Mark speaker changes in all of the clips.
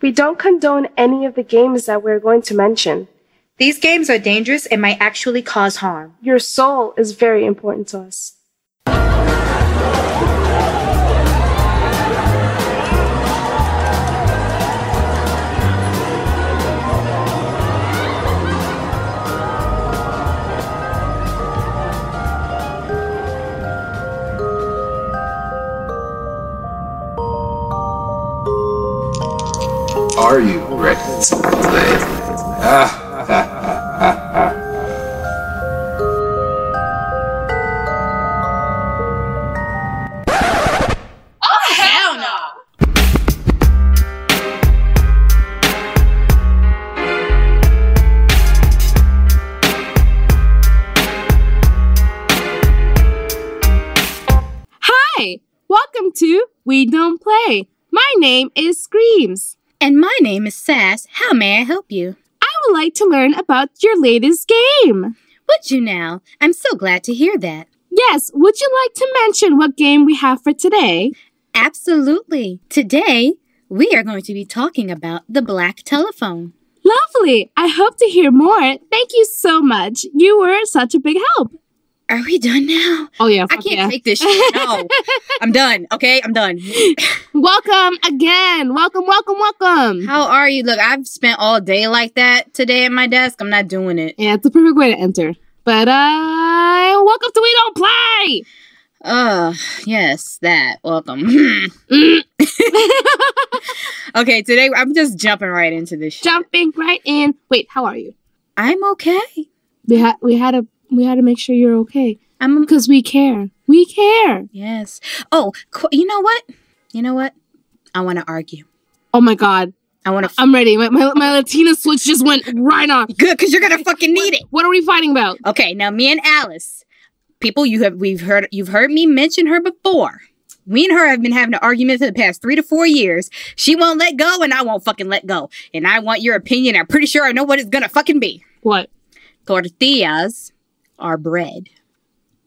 Speaker 1: We don't condone any of the games that we're going to mention.
Speaker 2: These games are dangerous and might actually cause harm.
Speaker 1: Your soul is very important to us.
Speaker 3: Are you ready to play? Ah, ha, ha, ha, ha.
Speaker 4: Oh, hell no!
Speaker 5: Hi! Welcome to We Don't Play. My name is Screams.
Speaker 6: And my name is Sass. How may I help you?
Speaker 5: I would like to learn about your latest game.
Speaker 6: Would you now? I'm so glad to hear that.
Speaker 5: Yes, would you like to mention what game we have for today?
Speaker 6: Absolutely. Today, we are going to be talking about the black telephone.
Speaker 5: Lovely! I hope to hear more. Thank you so much. You were such a big help.
Speaker 6: Are we done now?
Speaker 5: Oh, yeah.
Speaker 6: I
Speaker 5: fuck
Speaker 6: can't
Speaker 5: yeah.
Speaker 6: take this shit. No. I'm done, okay? I'm done.
Speaker 5: Welcome again. Welcome, welcome, welcome.
Speaker 6: How are you? Look, I've spent all day like that today at my desk. I'm not doing it.
Speaker 5: Yeah, it's the perfect way to enter. But, uh, welcome to We Don't Play.
Speaker 6: Oh, yes, that. Welcome.
Speaker 5: Mm,
Speaker 6: okay, today I'm just jumping right into this shit.
Speaker 5: jumping right in. Wait, how are you?
Speaker 6: I'm okay.
Speaker 5: We had we had to we had to make sure you're okay
Speaker 6: I'm
Speaker 5: because we care. We care.
Speaker 6: Yes. Oh, qu- you know what? You know what? I want to argue.
Speaker 5: Oh my god,
Speaker 6: I want to.
Speaker 5: I'm ready. My, my, my Latina switch just went right on.
Speaker 6: Good, because you're gonna fucking need it.
Speaker 5: What are we fighting about?
Speaker 6: Okay, now me and Alice, people you have we've heard you've heard me mention her before. Me and her have been having an argument for the past three to four years. She won't let go, and I won't fucking let go. And I want your opinion. I'm pretty sure I know what it's gonna fucking be.
Speaker 5: What?
Speaker 6: Tortillas are bread.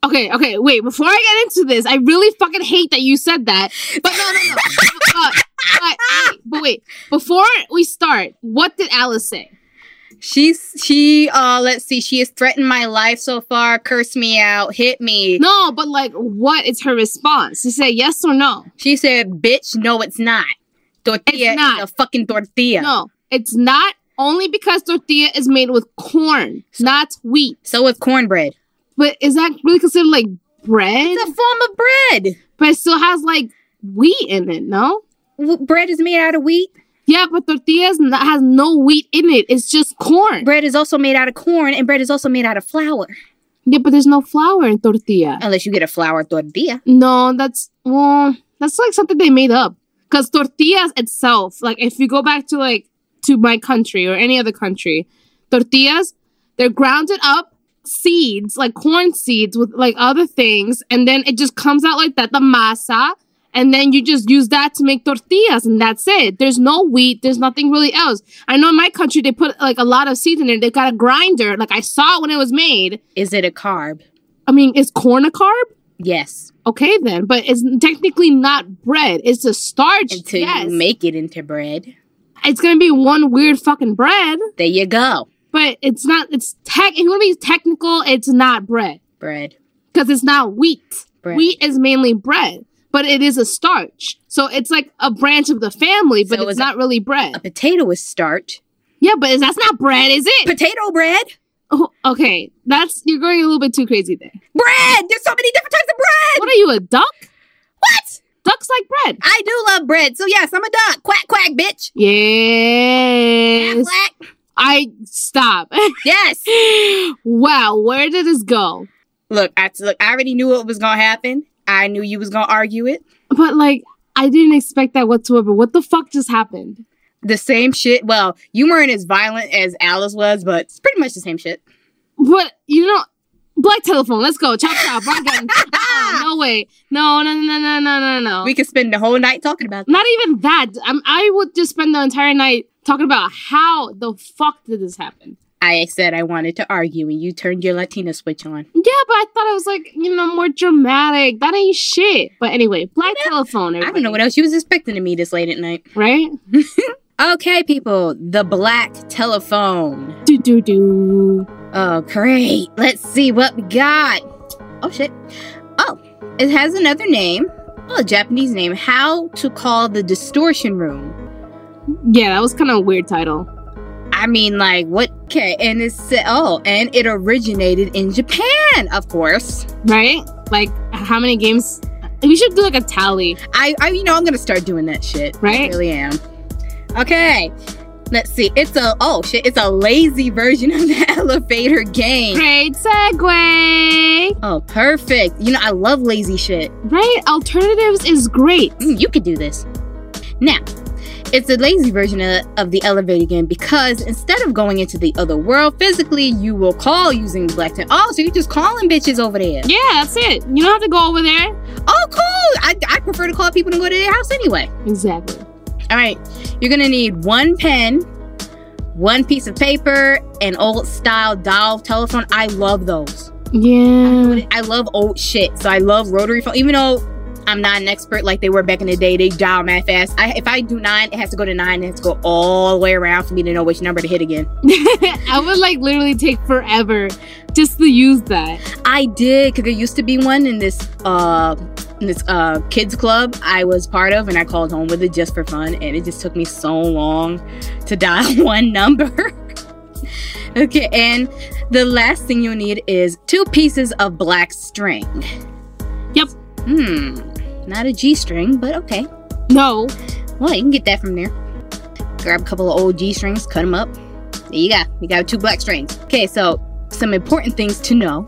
Speaker 5: Okay, okay, wait. Before I get into this, I really fucking hate that you said that. But no, no, no. Uh, but, wait, but wait, before we start, what did Alice say?
Speaker 6: She's she. Uh, let's see. She has threatened my life so far. Cursed me out. Hit me.
Speaker 5: No, but like, what is her response? She said yes or no.
Speaker 6: She said, "Bitch, no, it's not. Tortilla
Speaker 5: It's not.
Speaker 6: is a fucking tortilla."
Speaker 5: No, it's not only because tortilla is made with corn, not wheat.
Speaker 6: So is cornbread.
Speaker 5: But is that really considered like bread?
Speaker 6: It's a form of bread.
Speaker 5: But it still has like wheat in it, no?
Speaker 6: W- bread is made out of wheat.
Speaker 5: Yeah, but tortillas n- has no wheat in it. It's just corn.
Speaker 6: Bread is also made out of corn, and bread is also made out of flour.
Speaker 5: Yeah, but there's no flour in tortilla.
Speaker 6: Unless you get a flour tortilla.
Speaker 5: No, that's well, that's like something they made up. Cause tortillas itself, like if you go back to like to my country or any other country, tortillas, they're grounded up seeds, like corn seeds with like other things, and then it just comes out like that, the masa, and then you just use that to make tortillas, and that's it. There's no wheat, there's nothing really else. I know in my country they put like a lot of seeds in there. They got a grinder, like I saw it when it was made.
Speaker 6: Is it a carb?
Speaker 5: I mean, is corn a carb?
Speaker 6: Yes.
Speaker 5: Okay then, but it's technically not bread. It's a starch.
Speaker 6: Until
Speaker 5: yes.
Speaker 6: you make it into bread.
Speaker 5: it's gonna be one weird fucking bread,
Speaker 6: There you go.
Speaker 5: but it's not. It's tech. If you want to be technical, it's not bread
Speaker 6: Bread.
Speaker 5: because it's not wheat.
Speaker 6: Bread.
Speaker 5: Wheat is mainly bread, but it is a starch. So it's like a branch of the family, but
Speaker 6: So
Speaker 5: it's
Speaker 6: is
Speaker 5: not really bread.
Speaker 6: A potato is starch.
Speaker 5: yeah, but that's not bread, is it?
Speaker 6: Potato bread.
Speaker 5: Oh, okay, that's you're going a little bit too crazy there.
Speaker 6: Bread. There's so many different types of bread.
Speaker 5: What are you, a duck?
Speaker 6: What?
Speaker 5: Ducks like bread.
Speaker 6: I do love bread. So yes, I'm a duck. Quack quack, bitch. Quack
Speaker 5: Yes.
Speaker 6: quack.
Speaker 5: I stop.
Speaker 6: Yes.
Speaker 5: wow, where did this go?
Speaker 6: Look, I look. I already knew what was gonna happen. I knew you was gonna argue it.
Speaker 5: But like, I didn't expect that whatsoever. What the fuck just happened?
Speaker 6: The same shit. Well, you weren't as violent as Alice was, but it's pretty much the same shit.
Speaker 5: But you know, black telephone. Let's go. Chop chop. Run gun.
Speaker 6: Oh,
Speaker 5: Uh-uh, no way. No no no no no no no.
Speaker 6: Ah! We could spend the whole night talking about that.
Speaker 5: Not even that. i I would just spend the entire night talking about how the fuck did this happen.
Speaker 6: I said I wanted to argue, and you turned your Latina switch on.
Speaker 5: Yeah, but I thought it was like you know more dramatic. That ain't shit. But anyway, black telephone.
Speaker 6: I don't know what else you was expecting of me this late at night.
Speaker 5: Right?
Speaker 6: Okay, people, the black telephone.
Speaker 5: Do do do.
Speaker 6: Oh, great. Let's see what we got. Oh, shit. Oh, it has another name. Oh, a Japanese name. How to call the distortion room.
Speaker 5: Yeah, that was kind of a weird title.
Speaker 6: I mean, like, what? Okay, and it's, oh, and it originated in Japan, of course.
Speaker 5: Right? Like, how many games? We should do like a tally,
Speaker 6: I, I you know, I'm going to start doing that shit. I
Speaker 5: right?
Speaker 6: really am. Okay. Let's see. It's a oh shit, it's a lazy version of the elevator game.
Speaker 5: Great segue,
Speaker 6: Oh, perfect. You know, I love lazy shit.
Speaker 5: right? Alternatives is great.
Speaker 6: Mm, you could do this. Now, it's a lazy version of, of the elevator game because instead of going into the other world physically, you will call using black tech. Oh, so you're just calling bitches over there.
Speaker 5: Yeah, that's it. You don't have to go over there.
Speaker 6: Oh, cool. I, I prefer to call people than go to their house anyway.
Speaker 5: Exactly.
Speaker 6: All right, you're gonna need one pen, one piece of paper, an old style dial telephone. I love those.
Speaker 5: Yeah.
Speaker 6: I love old shit, so I love rotary phone. Even though I'm not an expert like they were back in the day, they dial mad fast. I, if I do nine, it has to go to nine. It has to go all the way around for me to know which number to hit again.
Speaker 5: I would like literally take forever just to use that.
Speaker 6: I did because there used to be one in this uh in this uh kids club I was part of, and I called home with it just for fun, and it just took me so long to dial one number. okay, and the last thing you'll need is two pieces of black string.
Speaker 5: Yep.
Speaker 6: Hmm. Not a G string, but okay.
Speaker 5: No.
Speaker 6: Well, you can get that from there. Grab a couple of old G strings, cut them up. There you go. You got two black strings. Okay, so some important things to know.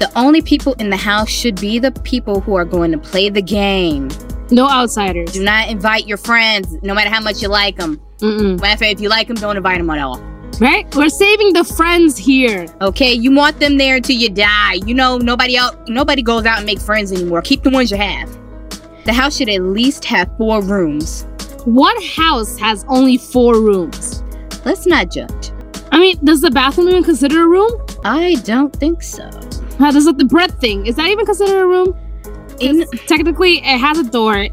Speaker 6: The only people in the house should be the people who are going to play the game.
Speaker 5: No outsiders.
Speaker 6: Do not invite your friends, no matter how much you like them.
Speaker 5: Mm-mm.
Speaker 6: Matter of fact, if you like them, don't invite them at all.
Speaker 5: Right? We're saving the friends here.
Speaker 6: Okay, you want them there until you die. You know, nobody else, nobody goes out and make friends anymore. Keep the ones you have. The house should at least have four rooms.
Speaker 5: One house has only four rooms.
Speaker 6: Let's not judge.
Speaker 5: I mean, does the bathroom even consider a room?
Speaker 6: I don't think so.
Speaker 5: How does it, the bread thing? Is that even considered a room? 'Cause
Speaker 6: In-
Speaker 5: technically, it has a door.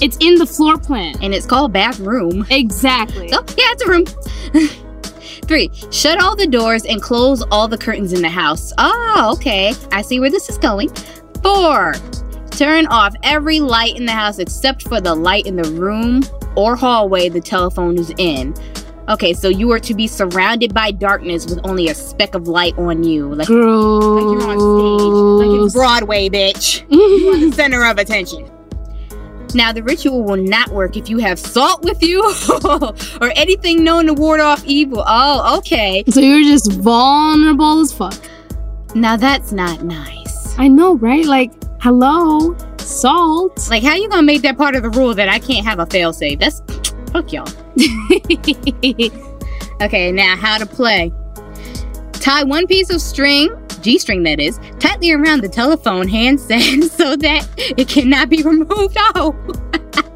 Speaker 5: It's in the floor plan.
Speaker 6: and it's called bathroom.
Speaker 5: Exactly.
Speaker 6: Oh, yeah, it's a room. Three, shut all the doors and close all the curtains in the house. Oh, okay. I see where this is going. Four, turn off every light in the house except for the light in the room or hallway the telephone is in. Okay, so you are to be surrounded by darkness with only a speck of light on you. Like, like you're on stage. Like it's
Speaker 5: Gross.
Speaker 6: Broadway, bitch. You are the center of attention. Now, the ritual will not work if you have salt with you or anything known to ward off evil. Oh, okay.
Speaker 5: so you're just vulnerable as fuck.
Speaker 6: Now, that's not nice.
Speaker 5: I know, right? Like, hello, salt.
Speaker 6: Like, how you gonna make that part of the rule that I can't have a failsafe? That's fuck y'all. Okay, now how to play. Tie one piece of string, G string that is, tightly around the telephone handset so that it cannot be removed. Oh.
Speaker 5: I-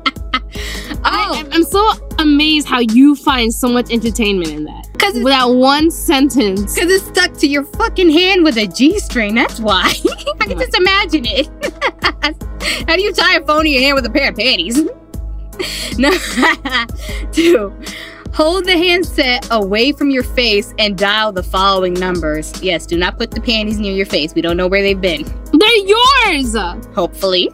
Speaker 6: oh,
Speaker 5: I'm- I'm so amazed how you find so much entertainment in that.
Speaker 6: because
Speaker 5: With that one sentence.
Speaker 6: Because it's stuck to your fucking hand with a G string. That's why. I can just imagine it. How do you tie a phone in your hand with a pair of panties? no. Two. Hold the handset away from your face and dial the following numbers. Yes, do not put the panties near your face. We don't know where they've been.
Speaker 5: They're yours!
Speaker 6: Hopefully.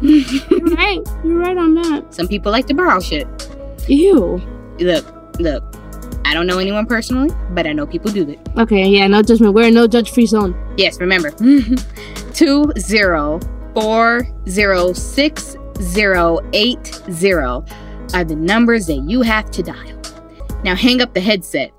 Speaker 5: You're right. You're right on that.
Speaker 6: Some people like to borrow shit.
Speaker 5: Ew.
Speaker 6: Look, look. I don't know anyone personally, but I know people do it.
Speaker 5: Okay, yeah, no judgment. We're a no judge free zone.
Speaker 6: Yes, remember. two zero four zero six zero eight zero are the numbers that you have to dial. Now hang up the headset.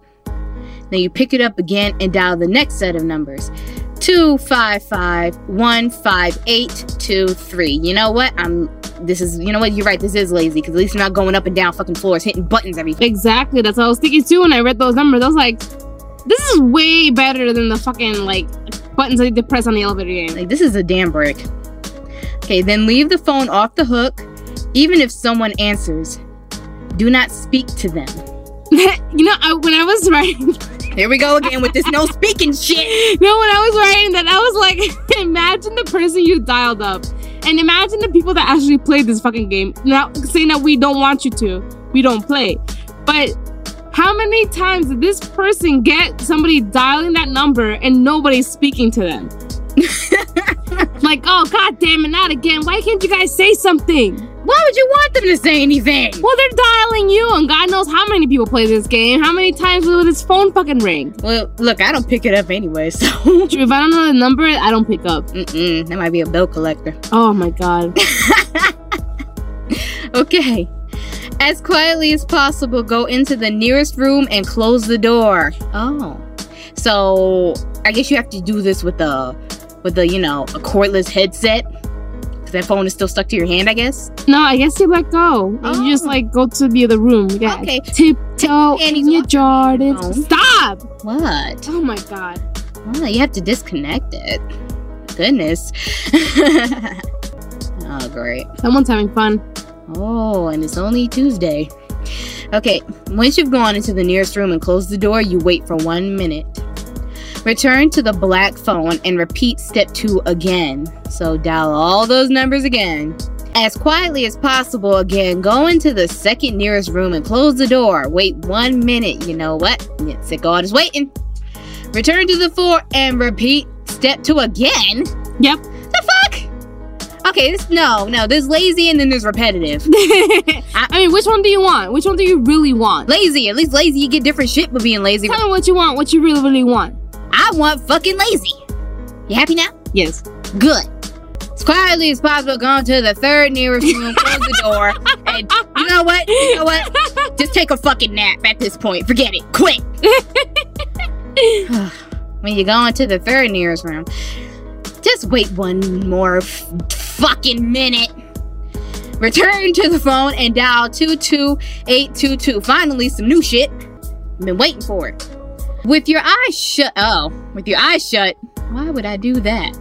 Speaker 6: Now you pick it up again and dial the next set of numbers. Two five five one five eight two three. You know what? I'm this is you know what, you're right, this is lazy, because at least you're not going up and down fucking floors, hitting buttons every
Speaker 5: Exactly. That's what I was thinking too when I read those numbers. I was like, this is way better than the fucking like buttons I depress on the elevator game.
Speaker 6: Like, this is a damn break. Okay, then leave the phone off the hook, even if someone answers. Do not speak to them.
Speaker 5: you know, I, when I was writing, no,
Speaker 6: Here we go again with this no speaking shit.
Speaker 5: when I was writing that, I was like, imagine the person you dialed up, and imagine the people that actually played this fucking game. Now saying that we don't want you to, we don't play. But how many times did this person get somebody dialing that number and nobody's speaking to them? like, oh god damn it, not again. Why can't you guys say something?
Speaker 6: Why would you want them to say anything?
Speaker 5: Well, they're dialing you, and God knows how many people play this game. How many times will this phone fucking ring?
Speaker 6: Well, look, I don't pick it up anyway, so.
Speaker 5: If I don't know the number, I don't pick up.
Speaker 6: Mm-mm, that might be a bill collector.
Speaker 5: Oh my god.
Speaker 6: Okay. As quietly as possible, go into the nearest room and close the door. Oh. So I guess you have to do this with a with a, you know, a cordless headset. Cause that phone is still stuck to your hand, I guess.
Speaker 5: No, I guess you let go. You just
Speaker 6: Oh.
Speaker 5: like go to the other room. Yeah.
Speaker 6: Okay.
Speaker 5: Tiptoe
Speaker 6: Take
Speaker 5: in your Jordans.
Speaker 6: Oh.
Speaker 5: Stop!
Speaker 6: What?
Speaker 5: Oh my god.
Speaker 6: Oh, you have to disconnect it. Goodness. oh great.
Speaker 5: Someone's having fun.
Speaker 6: Oh, and it's only Tuesday. Okay, once you've gone into the nearest room and closed the door, you wait for one minute. Return to the black phone and repeat step two again. So dial all those numbers again. As quietly as possible, again, go into the second nearest room and close the door. Wait one minute. You know what? Yeah, Sick God is waiting. Return to the four and repeat step two again.
Speaker 5: Yep.
Speaker 6: The fuck? Okay, this no, no. There's lazy and then there's repetitive.
Speaker 5: I mean, which one do you want? Which one do you really want?
Speaker 6: lazy. At least lazy, you get different shit for being lazy.
Speaker 5: Tell me what you want, what you really, really want.
Speaker 6: I want fucking lazy. You happy now?
Speaker 5: Yes.
Speaker 6: Good. As quietly as possible, go to the third nearest room, close the door, and you know what? You know what? Just take a fucking nap at this point. Forget it. Quit. when you go into the third nearest room, just wait one more f- fucking minute. Return to the phone and dial 22822. Finally, some new shit. Been waiting for it. With your eyes shut. Oh, with your eyes shut. Why would I do that?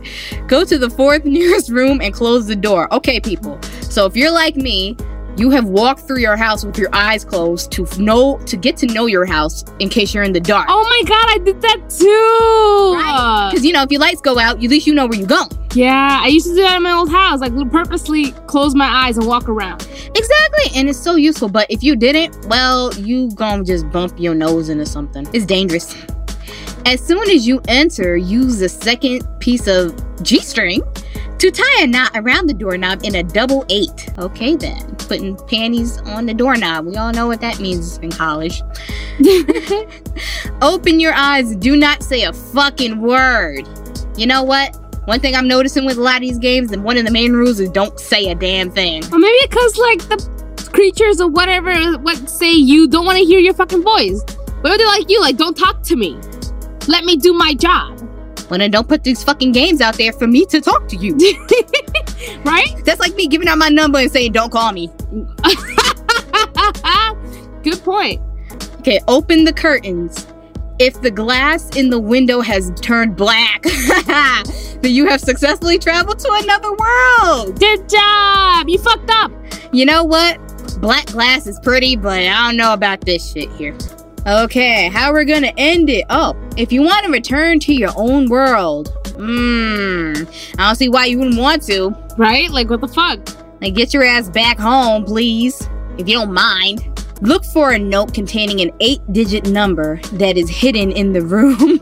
Speaker 6: Go to the fourth nearest room and close the door. Okay, people. So if you're like me, you have walked through your house with your eyes closed to f- know to get to know your house in case you're in the dark.
Speaker 5: Oh my god, I did that too!
Speaker 6: Right. Because you know, if your lights go out, at least you know where you're going.
Speaker 5: Yeah, I used to do that in my old house. Like, would purposely close my eyes and walk around.
Speaker 6: Exactly, and it's so useful. But if you didn't, well, you gonna just bump your nose into something. It's dangerous. As soon as you enter, use the second piece of G string to tie a knot around the doorknob in a double eight. Okay, then. Putting panties on the doorknob. We all know what that means in college. Open your eyes. Do not say a fucking word. You know what? One thing I'm noticing with a lot of these games, and one of the main rules is don't say a damn thing.
Speaker 5: Or maybe because, like, the creatures or whatever, what say you don't want to hear your fucking voice. Maybe they're like you, like, don't talk to me. Let me do my job,
Speaker 6: Well, then don't put these fucking games out there for me to talk to you.
Speaker 5: right?
Speaker 6: That's like me giving out my number and saying, don't call me.
Speaker 5: Good point.
Speaker 6: Okay, open the curtains. If the glass in the window has turned black, then you have successfully traveled to another world.
Speaker 5: Good job! You fucked up!
Speaker 6: You know what? Black glass is pretty, but I don't know about this shit here. Okay, how we're gonna end it? Oh, if you want to return to your own world, mmm, I don't see why you wouldn't want to.
Speaker 5: Right? Like, what the fuck?
Speaker 6: Like, get your ass back home, please, if you don't mind. Look for a note containing an eight digit number that is hidden in the room. oh, shit,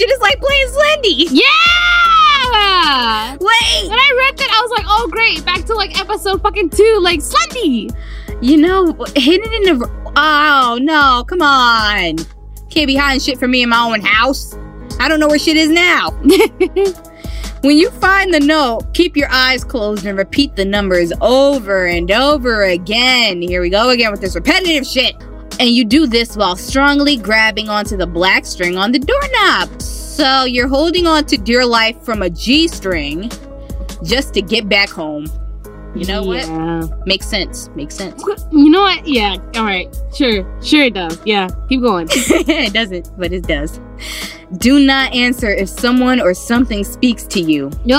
Speaker 6: it's like playing Slendy.
Speaker 5: Yeah!
Speaker 6: Wait,
Speaker 5: When I read that, I was like, oh, great. Back to, like, episode fucking two, like, Slendy!
Speaker 6: you know, hidden in the. r- Oh, no, come on. Can't be hiding shit from me in my own house. I don't know where shit is now. when you find the note, keep your eyes closed and repeat the numbers over and over again. Here we go again with this repetitive shit. And you do this while strongly grabbing onto the black string on the doorknob. So you're holding on to dear life from a G string just to get back home. You know what?
Speaker 5: Yeah.
Speaker 6: Makes sense. Makes sense.
Speaker 5: You know what? Yeah, alright. Sure. Sure it does. Yeah, keep going.
Speaker 6: it doesn't, but it does. Do not answer if someone or something speaks to you.
Speaker 5: Yo,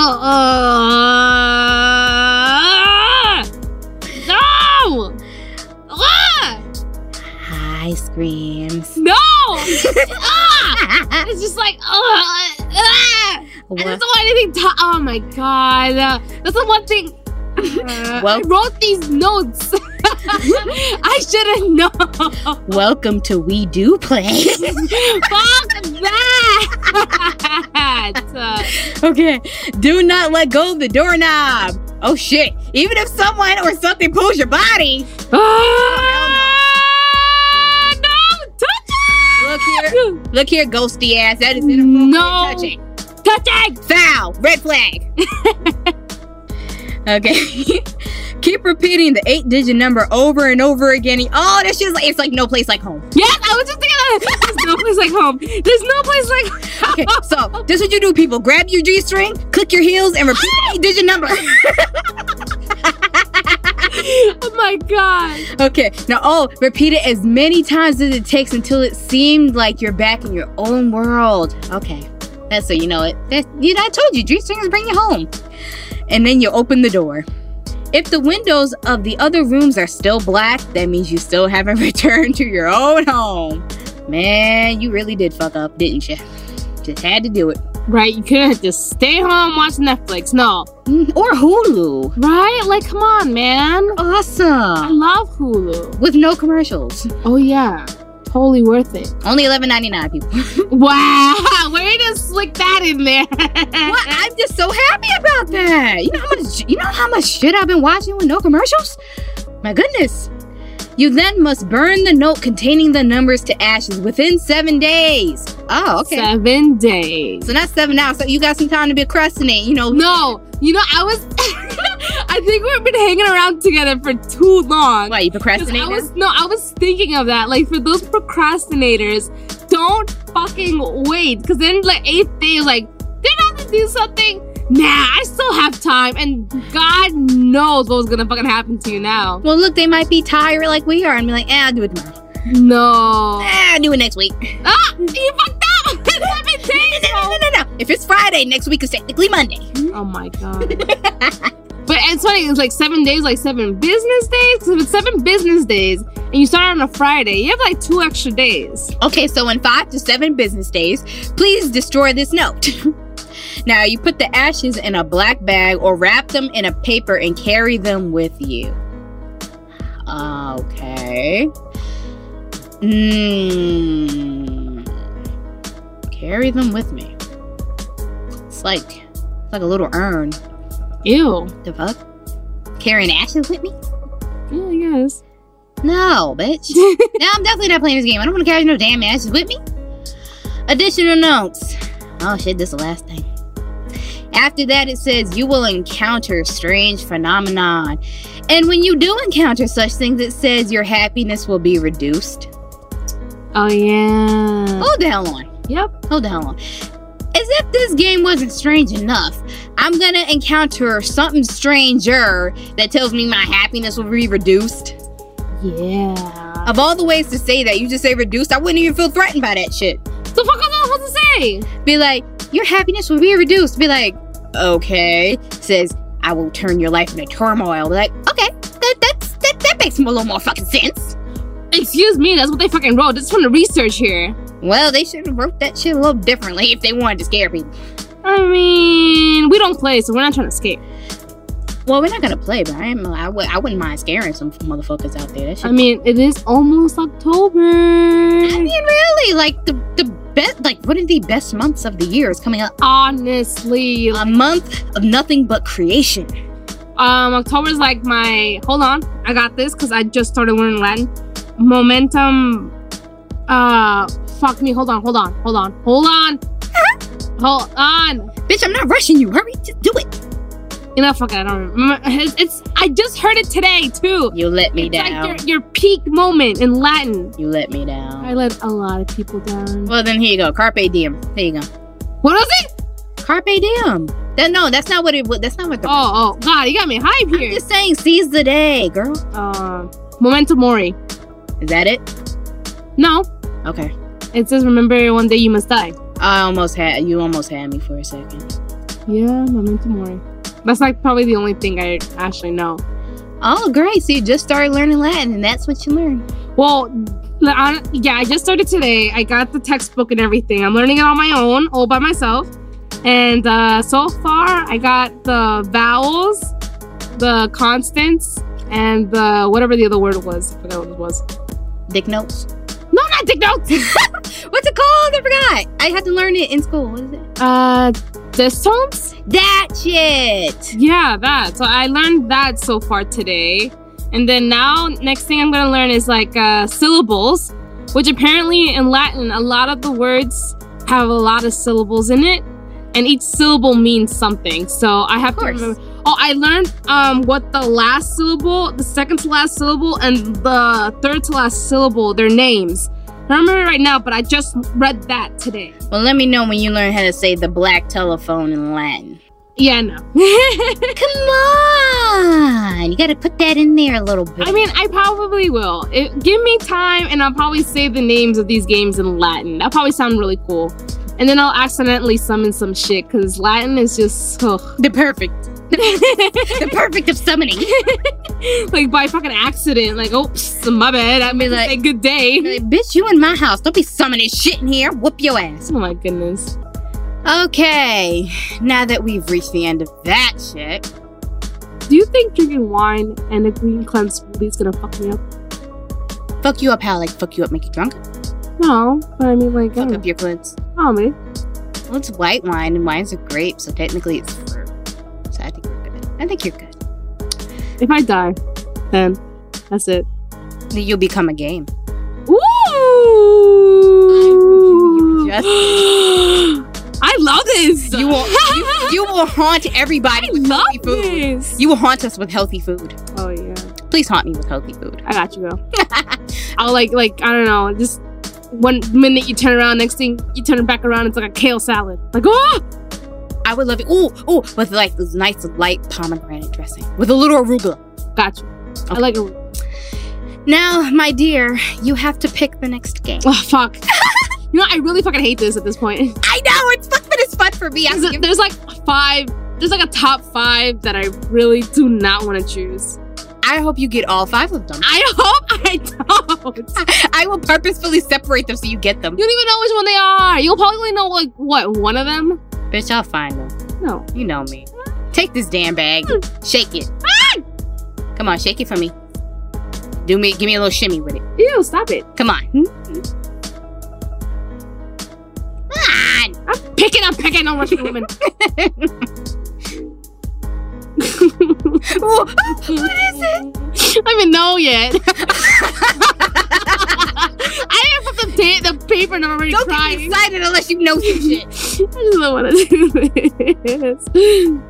Speaker 5: uh, No! Ah!
Speaker 6: High screams.
Speaker 5: No! ah! And it's just like, ah! ah! And
Speaker 6: Wha-
Speaker 5: that's why anything. To- oh my god, uh, that's the one thing. Uh, I
Speaker 6: Well-
Speaker 5: wrote these notes. I should have known.
Speaker 6: Welcome to We Do Play. Ah!
Speaker 5: Fuck that.
Speaker 6: okay. Do not let go of the doorknob. Oh shit. Even if someone or something pulls your body.
Speaker 5: Ah, no,
Speaker 6: Look here.
Speaker 5: touch
Speaker 6: Look here, ghosty ass. That is
Speaker 5: it.
Speaker 6: inappropriate
Speaker 5: No,
Speaker 6: touching.
Speaker 5: touch it.
Speaker 6: Foul! Red flag! okay. Keep repeating the eight digit number over and over again. Oh, that's just like, it's like no place like home.
Speaker 5: Yes, I was just thinking that. There's no place like home. There's no place like home.
Speaker 6: Okay, so this is what you do, people. Grab your G string, click your heels, and repeat the eight digit number.
Speaker 5: oh my god.
Speaker 6: okay, now, oh, repeat it as many times as it takes until it seemed like you're back in your own world. Okay, that's so you know it. That's, you know, I told you, G strings bring you home. And then you open the door. If the windows of the other rooms are still black, that means you still haven't returned to your own home. Man, you really did fuck up, didn't you? Just had to do it.
Speaker 5: Right, you could have just stay home, watch Netflix. No,
Speaker 6: Mm, Or Hulu.
Speaker 5: right? Like, come on, man. I
Speaker 6: Awesome.
Speaker 5: love Hulu.
Speaker 6: With no commercials.
Speaker 5: Oh yeah, totally worth it.
Speaker 6: Only $11.99, people.
Speaker 5: Wow, way to slick that in there.
Speaker 6: Well, I'm just so happy about that. You know how much you know how much shit I've been watching with no commercials? My goodness. You then must burn the note containing the numbers to ashes within seven days. Oh, okay.
Speaker 5: Seven days.
Speaker 6: So not seven hours. So you got some time to be procrastinate, you know.
Speaker 5: No, you know I was. I think we've been hanging around together for too long.
Speaker 6: Why you
Speaker 5: 'Cause
Speaker 6: procrastinate?
Speaker 5: I
Speaker 6: now?
Speaker 5: was no, I was thinking of that. Like for those procrastinators, don't fucking wait. Cause then like eighth day, like did I have to do something? Nah, I still have time, and God knows what was gonna fucking happen to you now.
Speaker 6: Well, look, they might be tired like we are and be like, eh, I'll do it tomorrow.
Speaker 5: No,
Speaker 6: Eh, I'll do it next week.
Speaker 5: ah, you fucked up. Seven days.
Speaker 6: No, no, no, no. If it's Friday, next week is technically Monday.
Speaker 5: Oh my god. but it's funny, it's like seven days, like seven business days. 'Cause if it's seven business days and you start on a Friday, you have like two extra days.
Speaker 6: Okay, so in five to seven business days, please destroy this note. now, you put the ashes in a black bag or wrap them in a paper and carry them with you. Okay. Mmm. Carry them with me. It's like, it's like a little urn.
Speaker 5: Ew.
Speaker 6: The fuck? Carrying ashes with me?
Speaker 5: Yeah, I guess.
Speaker 6: No, bitch. no, I'm definitely not playing this game. I don't want to carry no damn ashes with me. Additional notes. Oh shit, this is the last thing. After that, it says you will encounter strange phenomenon, and when you do encounter such things, it says your happiness will be reduced.
Speaker 5: Oh yeah.
Speaker 6: Hold the hell on.
Speaker 5: Yep.
Speaker 6: Hold the hell on. As if this game wasn't strange enough, I'm gonna encounter something stranger that tells me my happiness will be reduced.
Speaker 5: Yeah.
Speaker 6: Of all the ways to say that, you just say reduced. I wouldn't even feel threatened by that shit.
Speaker 5: So fuck was I supposed to say?
Speaker 6: Be like, your happiness will be reduced. Be like, okay. Says, I will turn your life into turmoil. Be like, okay, that that's, that that makes a little more fucking sense.
Speaker 5: Excuse me, that's what they fucking wrote. This is from the research here.
Speaker 6: Well, they should have wrote that shit a little differently if they wanted to scare people.
Speaker 5: I mean, we don't play, so we're not trying to escape.
Speaker 6: Well, we're not gonna play, but I am. I, w- I wouldn't mind scaring some motherfuckers out there. That shit.
Speaker 5: I mean, it is almost
Speaker 6: I
Speaker 5: October.
Speaker 6: mean, really, like the the best, like one of the best months of the year is coming up.
Speaker 5: Honestly,
Speaker 6: A month of nothing but creation.
Speaker 5: Um, October's like my hold on, I got this because I just started learning Latin. Momentum. Uh, fuck me. Hold on, hold on, hold on, hold on, hold on.
Speaker 6: Bitch, I'm not rushing you. Hurry, just do it.
Speaker 5: You know, fuck it. I don't remember. It's, it's I just heard it today too.
Speaker 6: You let me
Speaker 5: It's
Speaker 6: down.
Speaker 5: like your, your peak moment in Latin.
Speaker 6: You let me down.
Speaker 5: I let a lot of people down.
Speaker 6: Well, then here you go. Carpe diem. There you go.
Speaker 5: What was it?
Speaker 6: Carpe diem. That no, that's not what it. wa- That's not what the.
Speaker 5: Oh, oh, God, you got me hype
Speaker 6: I'm
Speaker 5: here.
Speaker 6: just saying, seize the day, girl.
Speaker 5: Um, momentum mori.
Speaker 6: Is that it?
Speaker 5: No,
Speaker 6: Okay.
Speaker 5: it says remember one day you must die.
Speaker 6: I almost had you. Almost had me for a second.
Speaker 5: Yeah, Memento Mori. That's like probably the only thing I actually know.
Speaker 6: Oh, great! So you just started learning Latin, and that's what you learned.
Speaker 5: Well, the- hon- yeah, I just started today. I got the textbook and everything. I'm learning it on my own, all by myself. And uh, so far, I got the vowels, the constants, and the whatever the other word was. I forgot what it was.
Speaker 6: Dick notes.
Speaker 5: No, not dick notes.
Speaker 6: What's it called? I forgot. I had to learn it in school. What is it?
Speaker 5: Uh, distones.
Speaker 6: That shit.
Speaker 5: Yeah, that. So I learned that so far today, and then now next thing I'm gonna learn is like uh, syllables, which apparently in Latin a lot of the words have a lot of syllables in it, and each syllable means something. So I have
Speaker 6: Of
Speaker 5: to
Speaker 6: course.
Speaker 5: remember. Oh, I learned um, what the last syllable, the second to last syllable, and the third to last syllable, their names. I don't remember it right now, but I just read that today.
Speaker 6: Well, let me know when you learn how to say the black telephone in Latin.
Speaker 5: Yeah, no.
Speaker 6: Come on. You got to put that in there a little bit.
Speaker 5: I mean, I probably will. It, give me time, and I'll probably say the names of these games in Latin. That'll probably sound really cool. And then I'll accidentally summon some shit because Latin is just ugh.
Speaker 6: the perfect. the perfect of summoning.
Speaker 5: like by fucking accident. Like, oops, my bad. I
Speaker 6: Be
Speaker 5: mean,
Speaker 6: like-
Speaker 5: like, good day.
Speaker 6: Like, Bitch, you in my house. Don't be summoning shit in here. Whoop your ass.
Speaker 5: Oh my goodness.
Speaker 6: Okay. Now that we've reached the end of that shit,
Speaker 5: Do you think drinking wine and a green cleanse smoothie is gonna fuck me up?
Speaker 6: fuck you up how I like fuck you up, make you drunk,
Speaker 5: No, but I mean, like, I
Speaker 6: fuck
Speaker 5: don't
Speaker 6: up your clothes.
Speaker 5: know, man.
Speaker 6: Well, it's white wine, and wine's a grape, so technically it's fruit. So I think we're good. I think you're good.
Speaker 5: If I die, then that's it.
Speaker 6: You'll become a game.
Speaker 5: Woo!
Speaker 6: Yes.
Speaker 5: I love this.
Speaker 6: You will, you, you will haunt everybody
Speaker 5: I
Speaker 6: with
Speaker 5: love
Speaker 6: healthy food.
Speaker 5: this.
Speaker 6: You will haunt us with healthy food.
Speaker 5: oh yeah,
Speaker 6: Please haunt me with healthy food.
Speaker 5: I got you, girl. I'll like like I don't know. Just one minute you turn around, next thing you turn back around, it's like a kale salad. Like oh,
Speaker 6: I would love it. Ooh, ooh, with like this nice light pomegranate dressing with a little arugula.
Speaker 5: got you. I like it.
Speaker 6: Now, my dear, you have to pick the next game.
Speaker 5: Oh fuck. you know I really fucking hate this at this point.
Speaker 6: I know it's fun, but it's fun for me. I'm
Speaker 5: There's-
Speaker 6: giving-
Speaker 5: there's like five. There's like a top five that I really do not want to choose.
Speaker 6: I hope you get all five of them.
Speaker 5: I hope I don't.
Speaker 6: I will purposefully separate them so you get them.
Speaker 5: You don't even know which one they are. You'll probably know like what one of them.
Speaker 6: Bitch, I'll find them.
Speaker 5: No.
Speaker 6: You know me. Take this damn bag. Shake it. Come on, shake it for me. Do me, give me a little shimmy with it.
Speaker 5: Ew! Stop it.
Speaker 6: Come on. Come on.
Speaker 5: I'm picking. I'm picking on Russian women.
Speaker 6: Ooh, what is it?
Speaker 5: I don't even know yet. I didn't put the, ta- the paper and I'm already
Speaker 6: Don't get me
Speaker 5: crying.
Speaker 6: excited unless you know some shit.
Speaker 5: I just don't want to do this.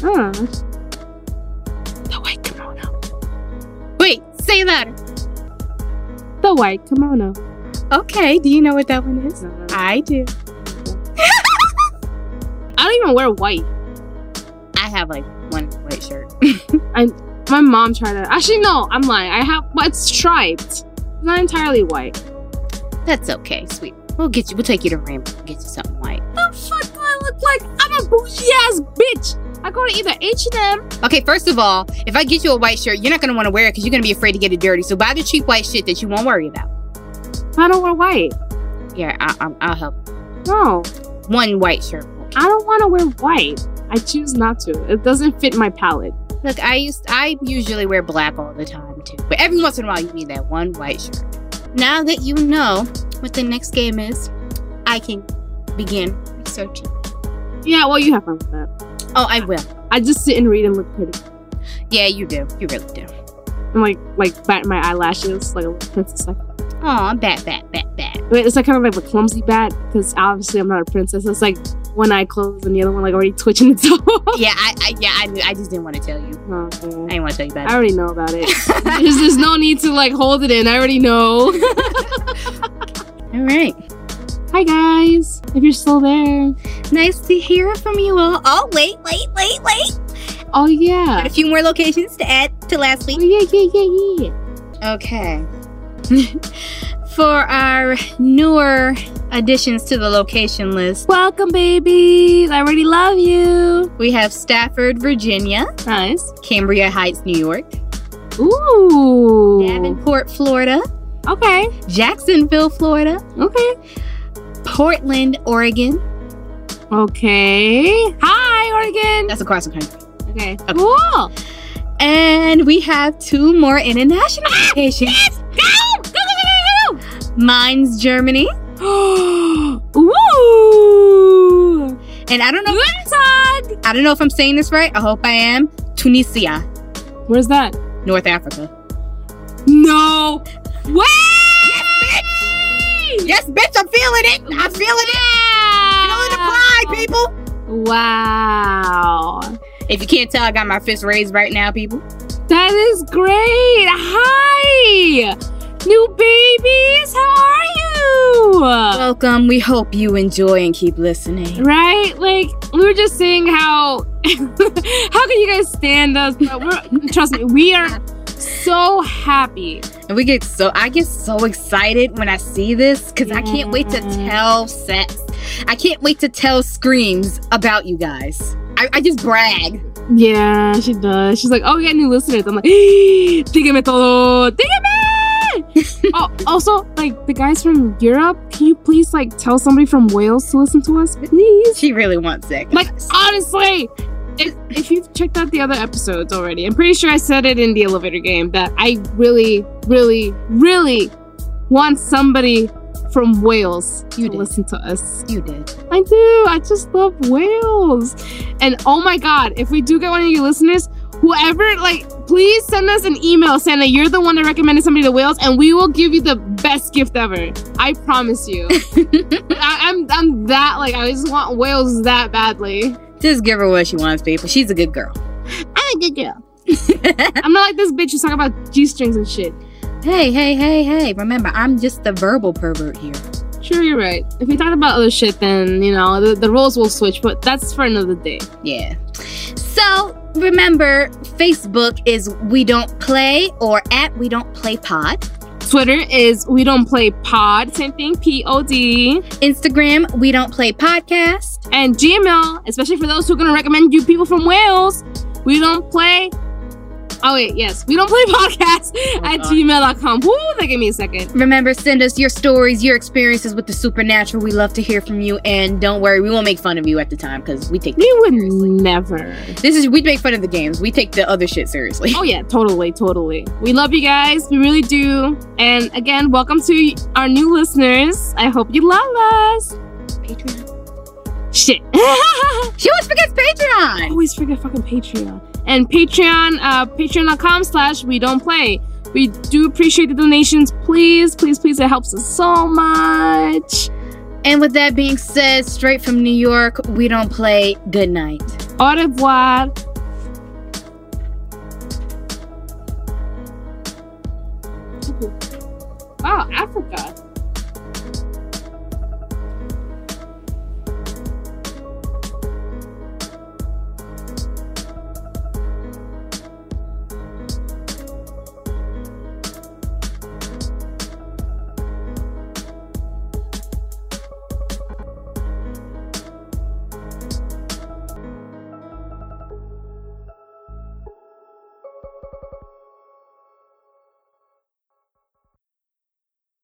Speaker 5: Ah. The white kimono.
Speaker 6: Wait, say it louder.
Speaker 5: The white kimono.
Speaker 6: Okay, do you know what that one is? I do.
Speaker 5: I don't even wear white.
Speaker 6: I have like one white shirt.
Speaker 5: My mom tried to. Actually, no, I'm lying. I have. Well, it's striped. It's not entirely white.
Speaker 6: That's okay, sweet. We'll get you. We'll take you to Rambo. and Get you something white.
Speaker 5: the fuck do I look like? I'm a bougie ass bitch. I go to either H and M.
Speaker 6: Okay, first of all, if I get you a white shirt, you're not gonna want to wear it because you're gonna be afraid to get it dirty. So buy the cheap white shit that you won't worry about.
Speaker 5: I don't wear white.
Speaker 6: Yeah, I, I'm, I'll help.
Speaker 5: No,
Speaker 6: One white shirt.
Speaker 5: I don't want to wear white. I choose not to. It doesn't fit my palette.
Speaker 6: Look, I used I usually wear black all the time too, but every once in a while you need that one white shirt. Now that you know what the next game is, I can begin researching.
Speaker 5: Yeah, well, you have fun with that.
Speaker 6: Oh, I will.
Speaker 5: I just sit and read and look pretty.
Speaker 6: Yeah, you do. You really do.
Speaker 5: And like, like bat my eyelashes like a little princess. Like,
Speaker 6: Aw, bat, bat, bat, bat.
Speaker 5: wait, it's like kind of like a clumsy bat because obviously I'm not a princess. It's like one eye closed and the other one like already twitching its Oh, off.
Speaker 6: Yeah, I, I yeah, I, knew, I just didn't want to tell you. I
Speaker 5: Okay.
Speaker 6: didn't want to tell you about
Speaker 5: I
Speaker 6: it.
Speaker 5: already know about it. there's, there's no need to like hold it in. I already know.
Speaker 6: All right.
Speaker 5: Hi guys, if you're still there.
Speaker 6: Nice to hear from you all. Oh, wait, wait, wait, wait.
Speaker 5: Oh
Speaker 6: Got
Speaker 5: yeah.
Speaker 6: a few more locations to add to last
Speaker 5: Oh
Speaker 6: week.
Speaker 5: yeah, yeah, yeah, yeah.
Speaker 6: Okay. For our newer additions to the location list,
Speaker 5: Welcome, babies. I already love you.
Speaker 6: we have Stafford, Virginia,
Speaker 5: Nice.
Speaker 6: Cambria Heights, New York,
Speaker 5: Ooh.
Speaker 6: Davenport, Florida,
Speaker 5: Okay.
Speaker 6: Jacksonville, Florida,
Speaker 5: Okay.
Speaker 6: Portland, Oregon.
Speaker 5: Okay. Hi, Oregon.
Speaker 6: That's across the country.
Speaker 5: Okay. Cool.
Speaker 6: And we have two more international
Speaker 5: Ah,
Speaker 6: locations. Mine's Germany.
Speaker 5: Ooh.
Speaker 6: And I don't know I don't know if I'm saying this right. I hope I am. Tunisia,
Speaker 5: Where's that?
Speaker 6: North Africa.
Speaker 5: No. Way.
Speaker 6: Yes, bitch, I'm feeling it. I'm feeling it. Feeling the pride, people.
Speaker 5: Wow.
Speaker 6: If you can't tell, I got my fist raised right now, people.
Speaker 5: That is great. Hi. New babies. How are you?
Speaker 6: Welcome. We hope you enjoy and keep listening.
Speaker 5: Right? Like we were just saying how how can you guys stand us? But we're, trust me, we are so happy.
Speaker 6: And we get so I get so excited when I see this because I can't wait to
Speaker 5: Yeah.
Speaker 6: tell sets. I can't wait to tell screams about you guys. I, I just brag.
Speaker 5: Yeah, she does. She's like, oh, we got new listeners. I'm like, dígame todo, dígame. oh, also, like the guys from Europe, can you please like tell somebody from Wales to listen to us, please?
Speaker 6: She really wants it.
Speaker 5: Like honestly, if, if you've checked out the other episodes already, I'm pretty sure I said it in the elevator game that I really, really, really want somebody from Wales
Speaker 6: You
Speaker 5: to
Speaker 6: did.
Speaker 5: listen to us.
Speaker 6: you did.
Speaker 5: I do. I just love Wales. And oh my god, if we do get one of you listeners, whoever like please send us an email saying that you're the one that recommended somebody to Wales and we will give you the best gift ever. I promise you. I, I'm I'm that like I just want Wales that badly.
Speaker 6: Just give her what she wants, people. She's a good girl.
Speaker 5: I'm a good girl. I'm not like this bitch who's talking about G strings and shit.
Speaker 6: Hey, hey, hey, hey. Remember, I'm just the verbal pervert here.
Speaker 5: Sure, you're right. If we talk about other shit, then, you know, the, the roles will switch, but that's for another day.
Speaker 6: Yeah. So remember, Facebook is We Don't Play or at We Don't Play Pod.
Speaker 5: Twitter is We Don't Play Pod, same thing, P O D.
Speaker 6: Instagram, We Don't Play Podcast.
Speaker 5: And Gmail, especially for those who are going to recommend you people from Wales, We Don't Play. Oh, wait, yes, We Don't Play Podcast at
Speaker 6: God.
Speaker 5: gmail.com. Woo, that gave me a second.
Speaker 6: Remember, send us your stories, your experiences with the supernatural. We love to hear from you. And don't worry, we won't make fun of you at the time because we take
Speaker 5: We would never.
Speaker 6: this is we make fun of the games. We take the other shit seriously.
Speaker 5: Oh yeah, totally, totally. We love you guys. We really do. And again, welcome to our new listeners. I hope you love us.
Speaker 6: Patreon.
Speaker 5: Shit.
Speaker 6: She always forgets Patreon.
Speaker 5: Always forget fucking Patreon. And Patreon, uh, patreon.com slash we don't play. We do appreciate the donations. Please, please, please. It helps us so much.
Speaker 6: And with that being said, straight from New York, we don't play. Good night.
Speaker 5: Au revoir. Oh, Wow, Africa.